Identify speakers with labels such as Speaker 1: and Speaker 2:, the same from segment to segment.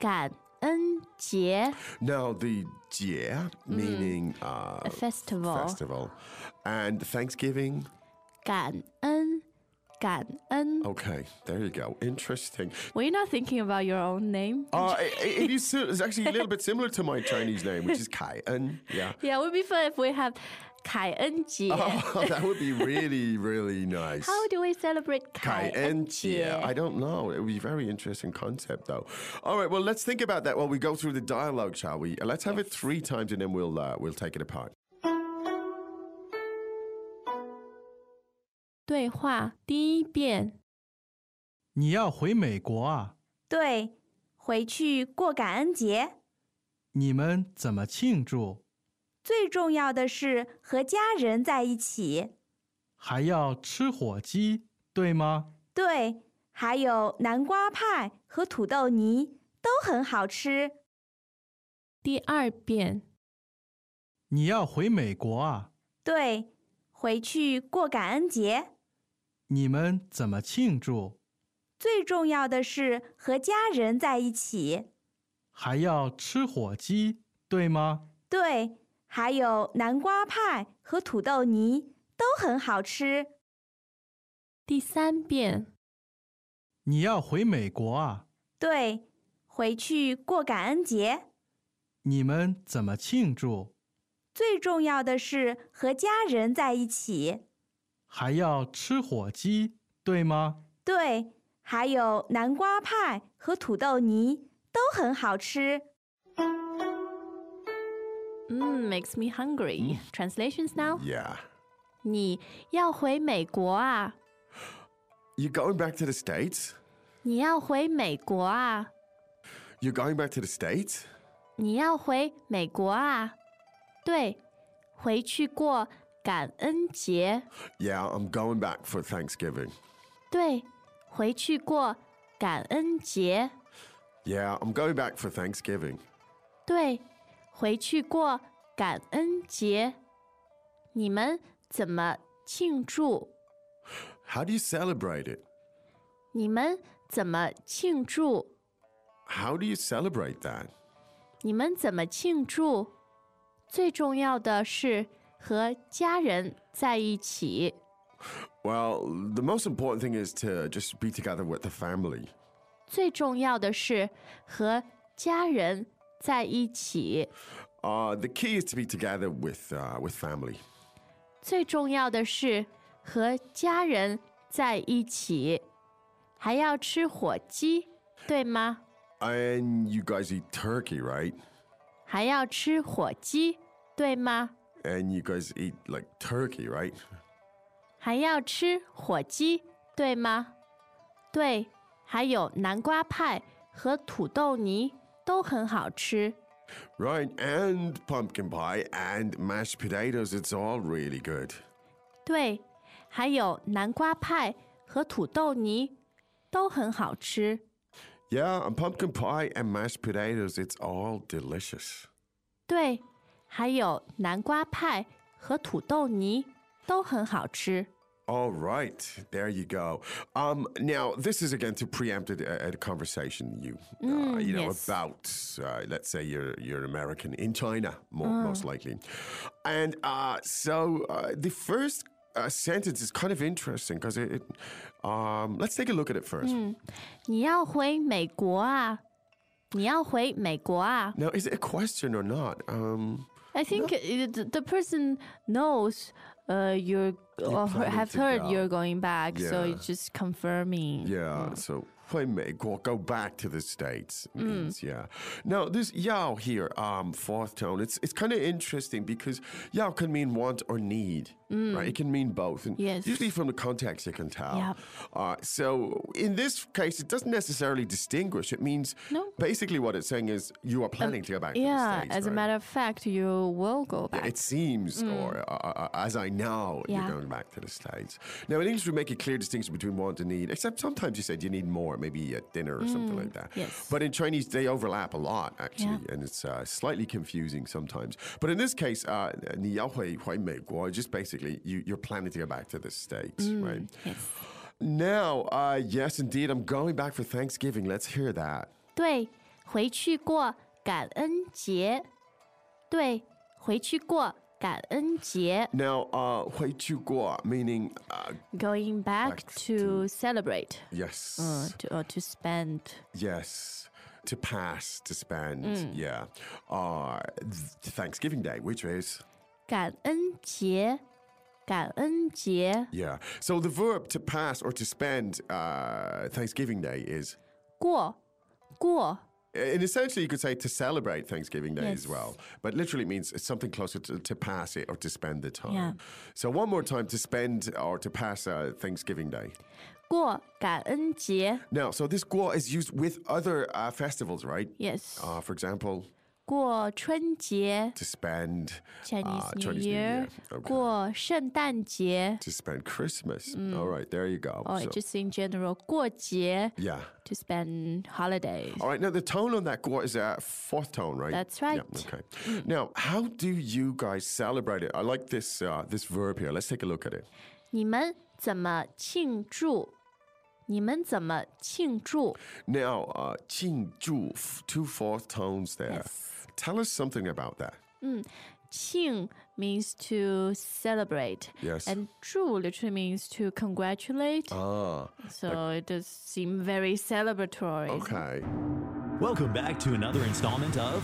Speaker 1: 感恩节
Speaker 2: Now, the jie, meaning uh,
Speaker 1: a festival.
Speaker 2: festival, and Thanksgiving,
Speaker 1: 感恩，感恩。
Speaker 2: okay, there you go. Interesting.
Speaker 1: Were you not thinking about your own name?
Speaker 2: Uh, it, it is si- it's actually a little bit similar to my Chinese name, which is Kai En. Yeah.
Speaker 1: yeah, it would be fun if we have 凯恩节.
Speaker 2: Oh, that would be really, really nice.
Speaker 1: How do we celebrate
Speaker 2: Kai En
Speaker 1: 凯恩节?
Speaker 2: Jie. I don't know. It would be a very interesting concept, though. All right, well, let's think about that while we go through the dialogue, shall we? Uh, Let's have it three times and then we'll, uh, we'll take it apart.
Speaker 1: 对话第一遍。
Speaker 3: 你要回美国啊？
Speaker 4: 对，回去过感恩节，
Speaker 3: 你们怎么庆祝？
Speaker 4: 最重要的是和家人在一起。
Speaker 3: 还要吃火鸡，对吗？
Speaker 4: 对，还有南瓜派和土豆泥都很好吃。
Speaker 1: 第二遍，
Speaker 3: 你要回美国啊？
Speaker 4: 对，回去过感恩节，
Speaker 3: 你们怎么庆祝？
Speaker 4: 最重要的是和家人在一起。
Speaker 3: 还要吃火鸡，对吗？
Speaker 4: 对，还有南瓜派和土豆泥都很好吃。
Speaker 1: 第三遍，
Speaker 3: 你要回美国啊？
Speaker 4: 对，回去过感恩节，
Speaker 3: 你们怎么庆祝？
Speaker 4: 最重要的是和家人在一起。
Speaker 3: 还要吃火鸡，对吗？
Speaker 4: 对，还有南瓜派和土豆泥都很好吃。
Speaker 1: 嗯，makes me hungry. Translations now，
Speaker 2: Yeah.
Speaker 1: 你要回美国啊？
Speaker 2: You're going back to the States?
Speaker 1: 你要回美国啊？
Speaker 2: You're going back to the States?
Speaker 1: 你要回美国啊？对，回去过感恩节。
Speaker 2: Yeah, I'm going back for Thanksgiving.
Speaker 1: 对，回去过感恩节。
Speaker 2: Yeah, I'm going back for Thanksgiving.
Speaker 1: 对，回去过感恩节。你们怎么庆祝？
Speaker 2: How do you celebrate it?
Speaker 1: 你们怎么庆祝？
Speaker 2: How do you celebrate that?
Speaker 1: 你们怎么庆祝？最重要的是和家人在一起。
Speaker 2: Well, the most important thing is to just be together with the family.
Speaker 1: 最重要的是和家人在一起。
Speaker 2: Uh, the key is to be together with uh, with family.
Speaker 1: 最重要的是和家人在一起。还要吃火鸡，对吗？
Speaker 2: And you guys eat turkey, right?
Speaker 1: 还要吃火鸡，对吗？
Speaker 2: And you guys eat like turkey, right?
Speaker 1: 还要吃火鸡，对吗？对，还有南瓜派和土豆泥都很好吃。
Speaker 2: Right. And pumpkin pie and mashed potatoes. It's all really good.
Speaker 1: 对，还有南瓜派和土豆泥都很好吃。
Speaker 2: Yeah, and pumpkin pie and mashed potatoes. It's all delicious.
Speaker 1: 对，还有南瓜派和土豆泥都很好吃。
Speaker 2: All right, there you go. Um, now this is again to preempt a, a conversation you uh,
Speaker 1: Mm,
Speaker 2: you know
Speaker 1: yes.
Speaker 2: about uh, let's say you're you're American in China more,
Speaker 1: Uh.
Speaker 2: most likely, and uh, so uh, the first uh, sentence is kind of interesting because it, it um, let's take a look at it first.
Speaker 1: Mm. 嗯你要回美国啊？你要回美国啊
Speaker 2: Now, is it a question or not? Um,
Speaker 1: ？I think i- the the person knows, uh, you're or
Speaker 2: planning
Speaker 1: have
Speaker 2: to
Speaker 1: heard
Speaker 2: go.
Speaker 1: you're going back, so
Speaker 2: Yeah.
Speaker 1: it's just confirming.
Speaker 2: Yeah, so 回美国, go back to the States.
Speaker 1: Mm.
Speaker 2: Means, yeah. Now, this yao here, um, fourth tone, it's it's kind of interesting because yao can mean want or need, right? It can mean both. And
Speaker 1: Mm. Yes.
Speaker 2: Usually from the context, you can tell.
Speaker 1: Yeah.
Speaker 2: Uh, so in this case, it doesn't necessarily distinguish. It means
Speaker 1: No.
Speaker 2: basically what it's saying is you are planning to go back
Speaker 1: Yeah,
Speaker 2: to the States.
Speaker 1: as a
Speaker 2: right?
Speaker 1: matter of fact, you will go
Speaker 2: Yeah,
Speaker 1: back. Mm.
Speaker 2: It seems, or uh, uh, as I know,
Speaker 1: Yeah.
Speaker 2: you're going back to the States. Now, in English, we make a clear distinction between want and need, except sometimes you said you need more, maybe at dinner or something like that.
Speaker 1: Mm, yes.
Speaker 2: But in Chinese, they overlap a lot, actually, and it's uh, slightly confusing sometimes. But in this case, uh, 你要回回美国, just basically, you, you're planning to go back to the States, right?
Speaker 1: Mm, yes.
Speaker 2: Now, uh, yes, indeed, I'm going back for Thanksgiving. Let's hear that.
Speaker 1: 对，回去过感恩节。对，回去过感恩节。
Speaker 2: Now, uh, 回去过, meaning, uh,
Speaker 1: Going back
Speaker 2: Back
Speaker 1: to celebrate.
Speaker 2: yes.
Speaker 1: 嗯，to or to spend.
Speaker 2: Yes. To pass, to spend,
Speaker 1: Mm.
Speaker 2: yeah. Uh, th- Thanksgiving Day, which is,
Speaker 1: 感恩节，感恩节
Speaker 2: yeah. So the verb to pass or to spend uh, Thanksgiving Day is,
Speaker 1: 过过
Speaker 2: and essentially you could say to celebrate Thanksgiving Day as
Speaker 1: Yes.
Speaker 2: well, but literally it means it's something closer to, to pass it or to spend the time.
Speaker 1: Yeah.
Speaker 2: So one more time to spend or to pass uh, Thanksgiving Day.
Speaker 1: 过感恩节
Speaker 2: Now, so this guo is used with other uh, festivals, right?
Speaker 1: ，yes，
Speaker 2: Uh, for example,
Speaker 1: 过春节
Speaker 2: to spend
Speaker 1: Chinese
Speaker 2: uh,
Speaker 1: New
Speaker 2: Chinese New Year.
Speaker 1: Year，
Speaker 2: Okay.
Speaker 1: 过圣诞节
Speaker 2: to spend Christmas. All right, there you go.
Speaker 1: ，or
Speaker 2: So-
Speaker 1: Mm. Oh, just in general 过节
Speaker 2: yeah.
Speaker 1: to spend holidays。
Speaker 2: All right, now the tone on that guo is a fourth tone, right?
Speaker 1: That's
Speaker 2: Yeah,
Speaker 1: right. Mm.
Speaker 2: okay. Now, how do you guys celebrate it? I like this uh, this verb here. Let's take a look at it.
Speaker 1: 你们怎么庆祝？你们怎么庆祝？
Speaker 2: Now, uh, 庆祝, f- two fourth tones there.
Speaker 1: Yes.
Speaker 2: Tell us something about that.
Speaker 1: 庆 means to celebrate.
Speaker 2: Yes.
Speaker 1: And 祝 literally means to congratulate.
Speaker 2: Ah,
Speaker 1: so it does seem very celebratory.
Speaker 2: okay.
Speaker 5: Welcome back to another installment of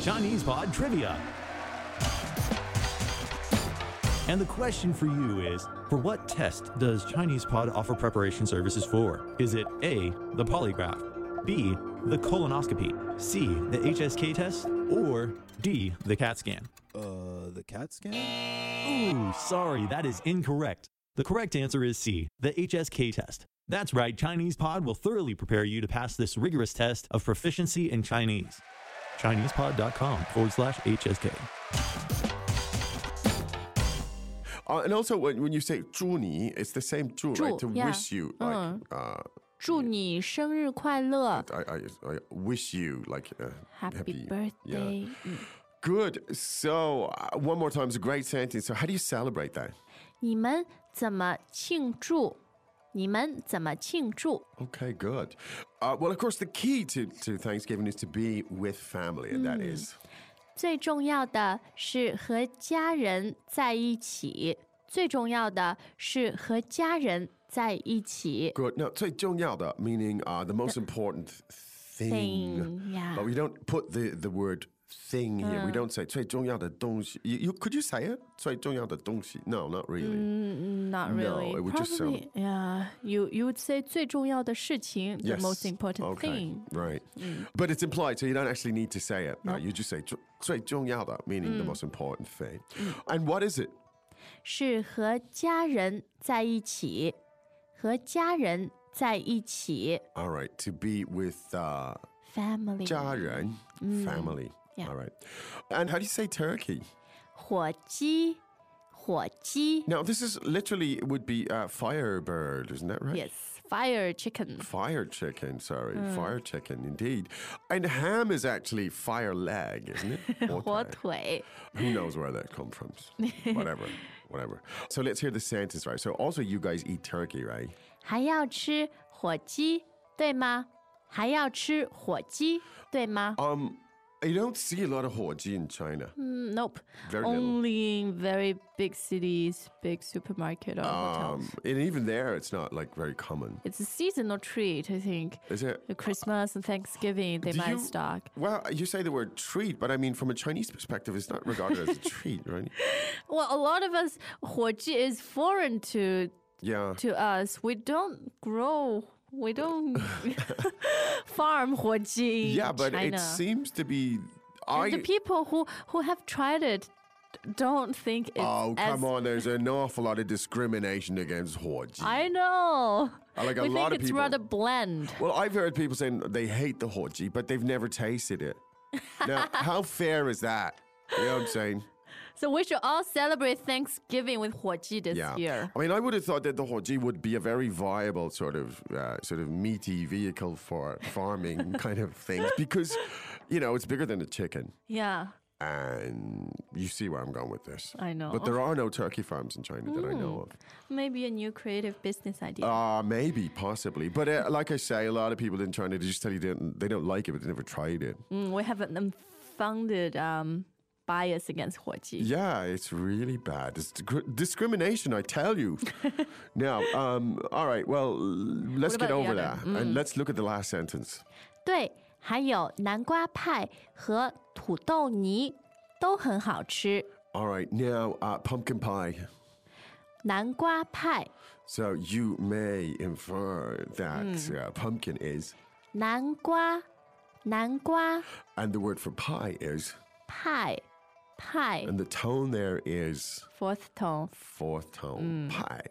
Speaker 5: Chinese Pod Trivia. And the question for you is For what test does Chinese Pod offer preparation services for? Is it A, the polygraph, B, the colonoscopy, C, the HSK test, or D, the CAT scan?
Speaker 6: Uh, the cat scan?
Speaker 5: Ooh, sorry, that is incorrect. The correct answer is C, the HSK test. That's right, Chinese Pod will thoroughly prepare you to pass this rigorous test of proficiency in Chinese. ChinesePod.com forward slash HSK.
Speaker 2: Uh, and also, when, when you say 祝你, it's the same 祝, right?
Speaker 1: 祝,
Speaker 2: To
Speaker 1: yeah.
Speaker 2: wish you, like,
Speaker 1: Mm.
Speaker 2: uh,
Speaker 1: 祝你生日快乐
Speaker 2: I, I, I wish you, like, uh,
Speaker 1: ，Happy
Speaker 2: Yeah.
Speaker 1: birthday！、嗯
Speaker 2: Good. So, uh, one more time, it's a great sentence. So, how do you celebrate that?
Speaker 1: 你们怎么庆祝？你们怎么庆祝？
Speaker 2: Okay, good. Uh, well, of course, the key to, to Thanksgiving is to be with family, and that is.
Speaker 1: 最重要的是和家人在一起。最重要的是和家人在一起。
Speaker 2: Good. Now, 最重要的, meaning uh, the most important thing.
Speaker 1: Thing, yeah.
Speaker 2: But we don't put the, the word thing here. We don't say 最重要的东西. You, you, could you say it? 最重要的东西? No, not really.
Speaker 1: Not really.
Speaker 2: it would just sound-
Speaker 1: Probably, yeah. You you would say 最重要的事情，the
Speaker 2: Yes.
Speaker 1: most important
Speaker 2: okay.
Speaker 1: thing. Mm.
Speaker 2: Right. But it's implied, so you don't actually need to say it. Uh, you just say 最重要的, meaning
Speaker 1: Mm.
Speaker 2: the most important thing. And what is it?
Speaker 1: 是和家人在一起，和家人在一起
Speaker 2: All right, to be with uh,
Speaker 1: ，family。
Speaker 2: 家人, family.
Speaker 1: Mm. yeah.
Speaker 2: All right. And how do you say turkey?
Speaker 1: 火鸡，火鸡
Speaker 2: Now, this is literally it would be uh, firebird, isn't that right?
Speaker 1: ，yes，Mm. fire chicken.
Speaker 2: Fire chicken, sorry. Fire chicken, indeed. And ham is actually fire leg, isn't it?
Speaker 1: 火
Speaker 2: Hotai.
Speaker 1: 腿
Speaker 2: Who knows where that come from? Whatever. Whatever. So let's hear the sentence, right? So also you guys eat turkey, right?
Speaker 1: 还要吃火鸡，对吗？还要吃火鸡，对吗
Speaker 2: Um you don't see a lot of hoji in China.
Speaker 1: Mm, nope.
Speaker 2: Very little.
Speaker 1: Only in very big cities, big supermarket or
Speaker 2: Um,
Speaker 1: hotels.
Speaker 2: and even there it's not like very common.
Speaker 1: It's a seasonal treat, I think.
Speaker 2: Is it?
Speaker 1: The Christmas and Thanksgiving, they
Speaker 2: Do you-
Speaker 1: might stock.
Speaker 2: Well, you say the word treat, but I mean from a Chinese perspective it's not regarded as a treat, right?
Speaker 1: Well, a lot of us, huoji is foreign to
Speaker 2: Yeah.
Speaker 1: to us. We don't grow, we don't farm huoji. in
Speaker 2: Yeah, but
Speaker 1: China.
Speaker 2: it seems to be I
Speaker 1: And the people who who have tried it don't think it's
Speaker 2: Oh,
Speaker 1: as
Speaker 2: come on. There's an awful lot of discrimination against Hoji.
Speaker 1: I know.
Speaker 2: I like a
Speaker 1: we
Speaker 2: lot
Speaker 1: think
Speaker 2: of
Speaker 1: it's
Speaker 2: people-
Speaker 1: rather bland.
Speaker 2: well, I've heard people saying they hate the Hoji, but they've never tasted it. Now, how fair is that? You know what I'm saying?
Speaker 1: So we should all celebrate Thanksgiving with huoji this
Speaker 2: Yeah.
Speaker 1: year.
Speaker 2: I mean, I would have thought that the Hoji would be a very viable sort of uh, sort of meaty vehicle for farming kind of things because, you know, it's bigger than a chicken.
Speaker 1: Yeah,
Speaker 2: And you see where I'm going with this.
Speaker 1: I know. Mm.
Speaker 2: But there are no turkey farms in China that I know of.
Speaker 1: maybe a new creative business idea.
Speaker 2: Uh, maybe, possibly. But uh, like I say, a lot of people in China, they just tell you they don't, they don't like it, but they never tried it.
Speaker 1: Mm, we have an unfounded um, bias against huoji.
Speaker 2: Yeah, it's really bad. It's discri- discrimination, I tell you. now, um, all right, well, let's
Speaker 1: What
Speaker 2: get
Speaker 1: about the
Speaker 2: over
Speaker 1: other? Mm.
Speaker 2: that. And let's look at the last sentence.
Speaker 1: 对，还有南瓜派和土豆泥都很好吃。
Speaker 2: All right, now, uh, pumpkin pie.
Speaker 1: 南瓜派，
Speaker 2: So you may infer that
Speaker 1: Hmm.
Speaker 2: uh, pumpkin is,
Speaker 1: 南瓜，南瓜
Speaker 2: and the word for pie is,
Speaker 1: 派，派
Speaker 2: and the tone there is.
Speaker 1: ，fourth tone。
Speaker 2: fourth tone Mm. pie.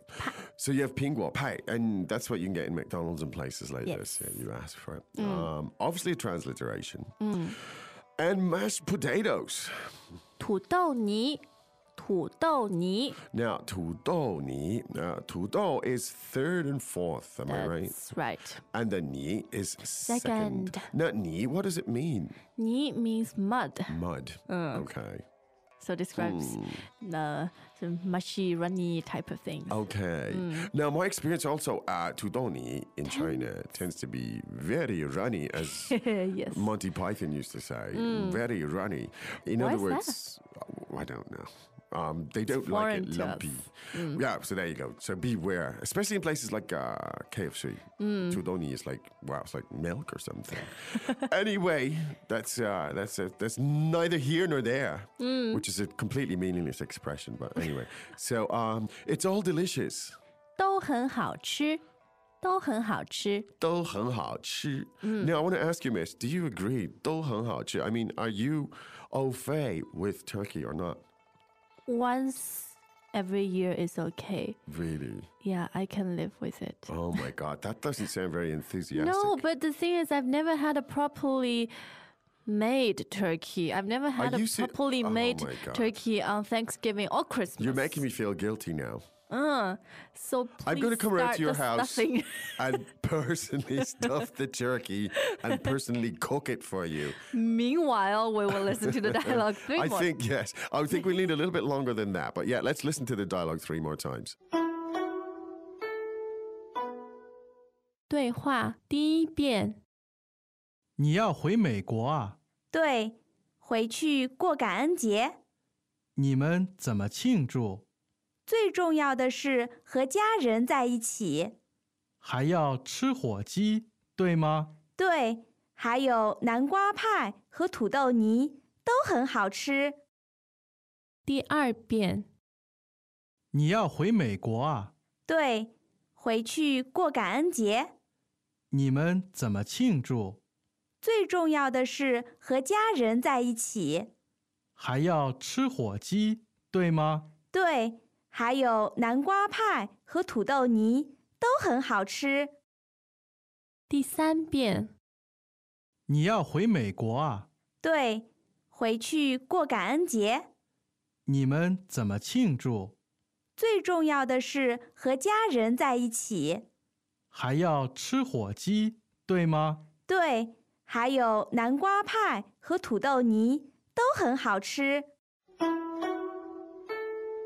Speaker 2: So you have pingguo pie, and that's what you can get in McDonald's and places like this. Yeah, you ask for it. Um, obviously, a transliteration. And mashed potatoes.
Speaker 1: 土豆泥，土豆泥
Speaker 2: Now, tudou ni. Uh, tudou is third and fourth, am I right?
Speaker 1: That's right.
Speaker 2: And the ni is second.
Speaker 1: Second.
Speaker 2: Now, ni, what does it mean?
Speaker 1: Ni means mud,
Speaker 2: Mud. Okay.
Speaker 1: so describes the, the mushy, runny type of thing.
Speaker 2: Oh. Okay. Now, my experience also at Tudoni in China tends to be very runny, as
Speaker 1: yes.
Speaker 2: Monty Python used to say. Very runny. In
Speaker 1: Mm. Why
Speaker 2: other
Speaker 1: is that?
Speaker 2: words, I don't know. Um, they don't like
Speaker 1: foreign
Speaker 2: it
Speaker 1: to us. Mm.
Speaker 2: lumpy. Yeah, so there you go. So beware, especially in places like uh, KFC.
Speaker 1: Mm.
Speaker 2: Tudoni is like wow, it's like milk or something. anyway, that's uh, that's uh, that's neither here nor there,
Speaker 1: Mm.
Speaker 2: which is a completely meaningless expression. But anyway, so um, it's all delicious.
Speaker 1: 都很好吃，都很好吃。
Speaker 2: 都很好吃. Now, I want to ask you, Miss, do you agree? 都很好吃. I mean, are you au fait with turkey or not?
Speaker 1: Once every year is okay.
Speaker 2: Really?
Speaker 1: Yeah, I can live with it.
Speaker 2: Oh my God, that doesn't sound very enthusiastic.
Speaker 1: No, but the thing is, I've never had a properly made turkey. I've never had a
Speaker 2: you se-
Speaker 1: properly
Speaker 2: Oh
Speaker 1: made
Speaker 2: my God.
Speaker 1: turkey on Thanksgiving or Christmas.
Speaker 2: You're making me feel guilty now.
Speaker 1: so. Please
Speaker 2: I'm going to come around
Speaker 1: start
Speaker 2: to your
Speaker 1: the
Speaker 2: house
Speaker 1: stuffing.
Speaker 2: and personally stuff the turkey and personally cook it for you.
Speaker 1: Meanwhile, we will listen to the dialogue three
Speaker 2: I
Speaker 1: more.
Speaker 2: think, yes. I think we need a little bit longer than that. But yeah, let's listen to the dialogue three more times.
Speaker 1: 对话第一遍，
Speaker 3: 你要回美国啊？
Speaker 4: 对，回去过感恩节，
Speaker 3: 你们怎么庆祝？
Speaker 4: 最重要的是和家人在一起。
Speaker 3: 还要吃火鸡，对吗？
Speaker 4: 对，还有南瓜派和土豆泥都很好吃。
Speaker 1: 第二遍，
Speaker 3: 你要回美国啊？
Speaker 4: 对，回去过感恩节，
Speaker 3: 你们怎么庆祝？
Speaker 4: 最重要的是和家人在一起。
Speaker 3: 还要吃火鸡，对吗？
Speaker 4: 对，还有南瓜派和土豆泥都很好吃。
Speaker 1: 第三遍，
Speaker 3: 你要回美国啊？
Speaker 4: 对，回去过感恩节，
Speaker 3: 你们怎么庆祝？
Speaker 4: 最重要的是和家人在一起。
Speaker 3: 还要吃火鸡，对吗？
Speaker 4: 对，还有南瓜派和土豆泥都很好吃。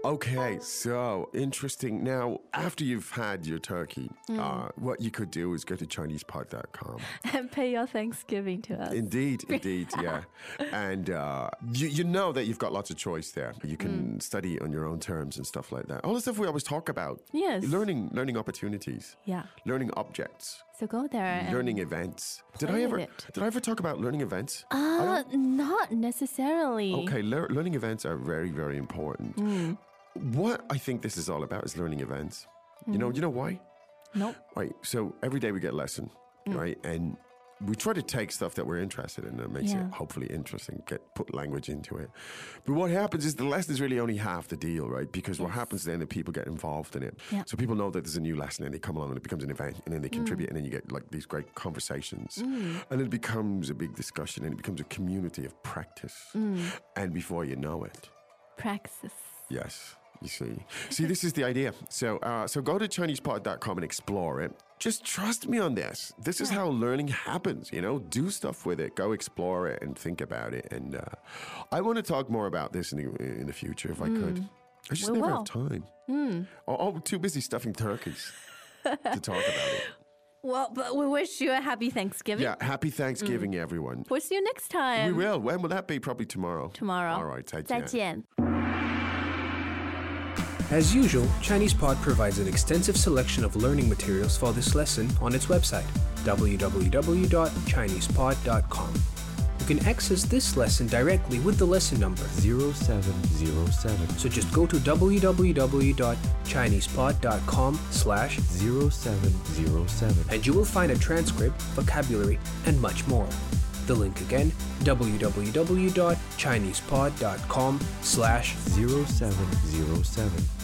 Speaker 2: Okay, so interesting. Now, after you've had your turkey,
Speaker 1: Mm.
Speaker 2: uh, what you could do is go to ChinesePod.com.
Speaker 1: And pay your Thanksgiving to us.
Speaker 2: Indeed, indeed, yeah. And uh, you, you know that you've got lots of choice there. You can
Speaker 1: Mm.
Speaker 2: study on your own terms and stuff like that. All the stuff we always talk about.
Speaker 1: Yes.
Speaker 2: Learning, learning opportunities,
Speaker 1: Yeah.
Speaker 2: learning objects,
Speaker 1: So go there. And
Speaker 2: learning events. Did I
Speaker 1: play
Speaker 2: ever?
Speaker 1: with it.
Speaker 2: Did I ever talk about learning events?
Speaker 1: Uh, not necessarily.
Speaker 2: Okay, lear- learning events are very, very important.
Speaker 1: Mm.
Speaker 2: What I think this is all about is learning events. You
Speaker 1: Mm.
Speaker 2: know, you know why?
Speaker 1: Nope.
Speaker 2: Right. So every day we get lesson,
Speaker 1: Mm.
Speaker 2: right? And we try to take stuff that we're interested in that makes
Speaker 1: Yeah.
Speaker 2: it hopefully interesting, get put language into it. But what happens is the lesson is really only half the deal, right? Because what happens then that people get involved in it.
Speaker 1: Yeah. Mm.
Speaker 2: So people know that there's a new lesson and they come along and it becomes an event and then they contribute and then you get like these great conversations. And it becomes a big discussion and it becomes a community of practice.
Speaker 1: Mm.
Speaker 2: And before you know it,
Speaker 1: Praxis.
Speaker 2: Yes, you see. See, this is the idea. So, uh, so go to ChinesePod.com and explore it. Just trust me on this. This is how learning happens. You know, do stuff with it. Go explore it and think about it. And uh, I want to talk more about this in the, in the future if I could. I just
Speaker 1: Hmm. We
Speaker 2: never
Speaker 1: will. Hmm.
Speaker 2: have time. Oh, oh, too busy stuffing turkeys to talk about it.
Speaker 1: Well, but we wish you Hmm. a happy Thanksgiving.
Speaker 2: Yeah, happy Thanksgiving, everyone.
Speaker 1: We'll see you next time.
Speaker 2: we will. When will that be? Probably tomorrow.
Speaker 1: Tomorrow.
Speaker 2: All right. Take care.
Speaker 1: 再见。
Speaker 7: As usual, ChinesePod provides an extensive selection of learning materials for this lesson on its website, www.chinesepod.com. You can access this lesson directly with the lesson number,
Speaker 8: 0707
Speaker 7: so just go to www.chinesepod.com slash
Speaker 8: 0707
Speaker 7: and you will find a transcript, vocabulary, and much more. The link again, www.chinesepod.com slash
Speaker 8: 0707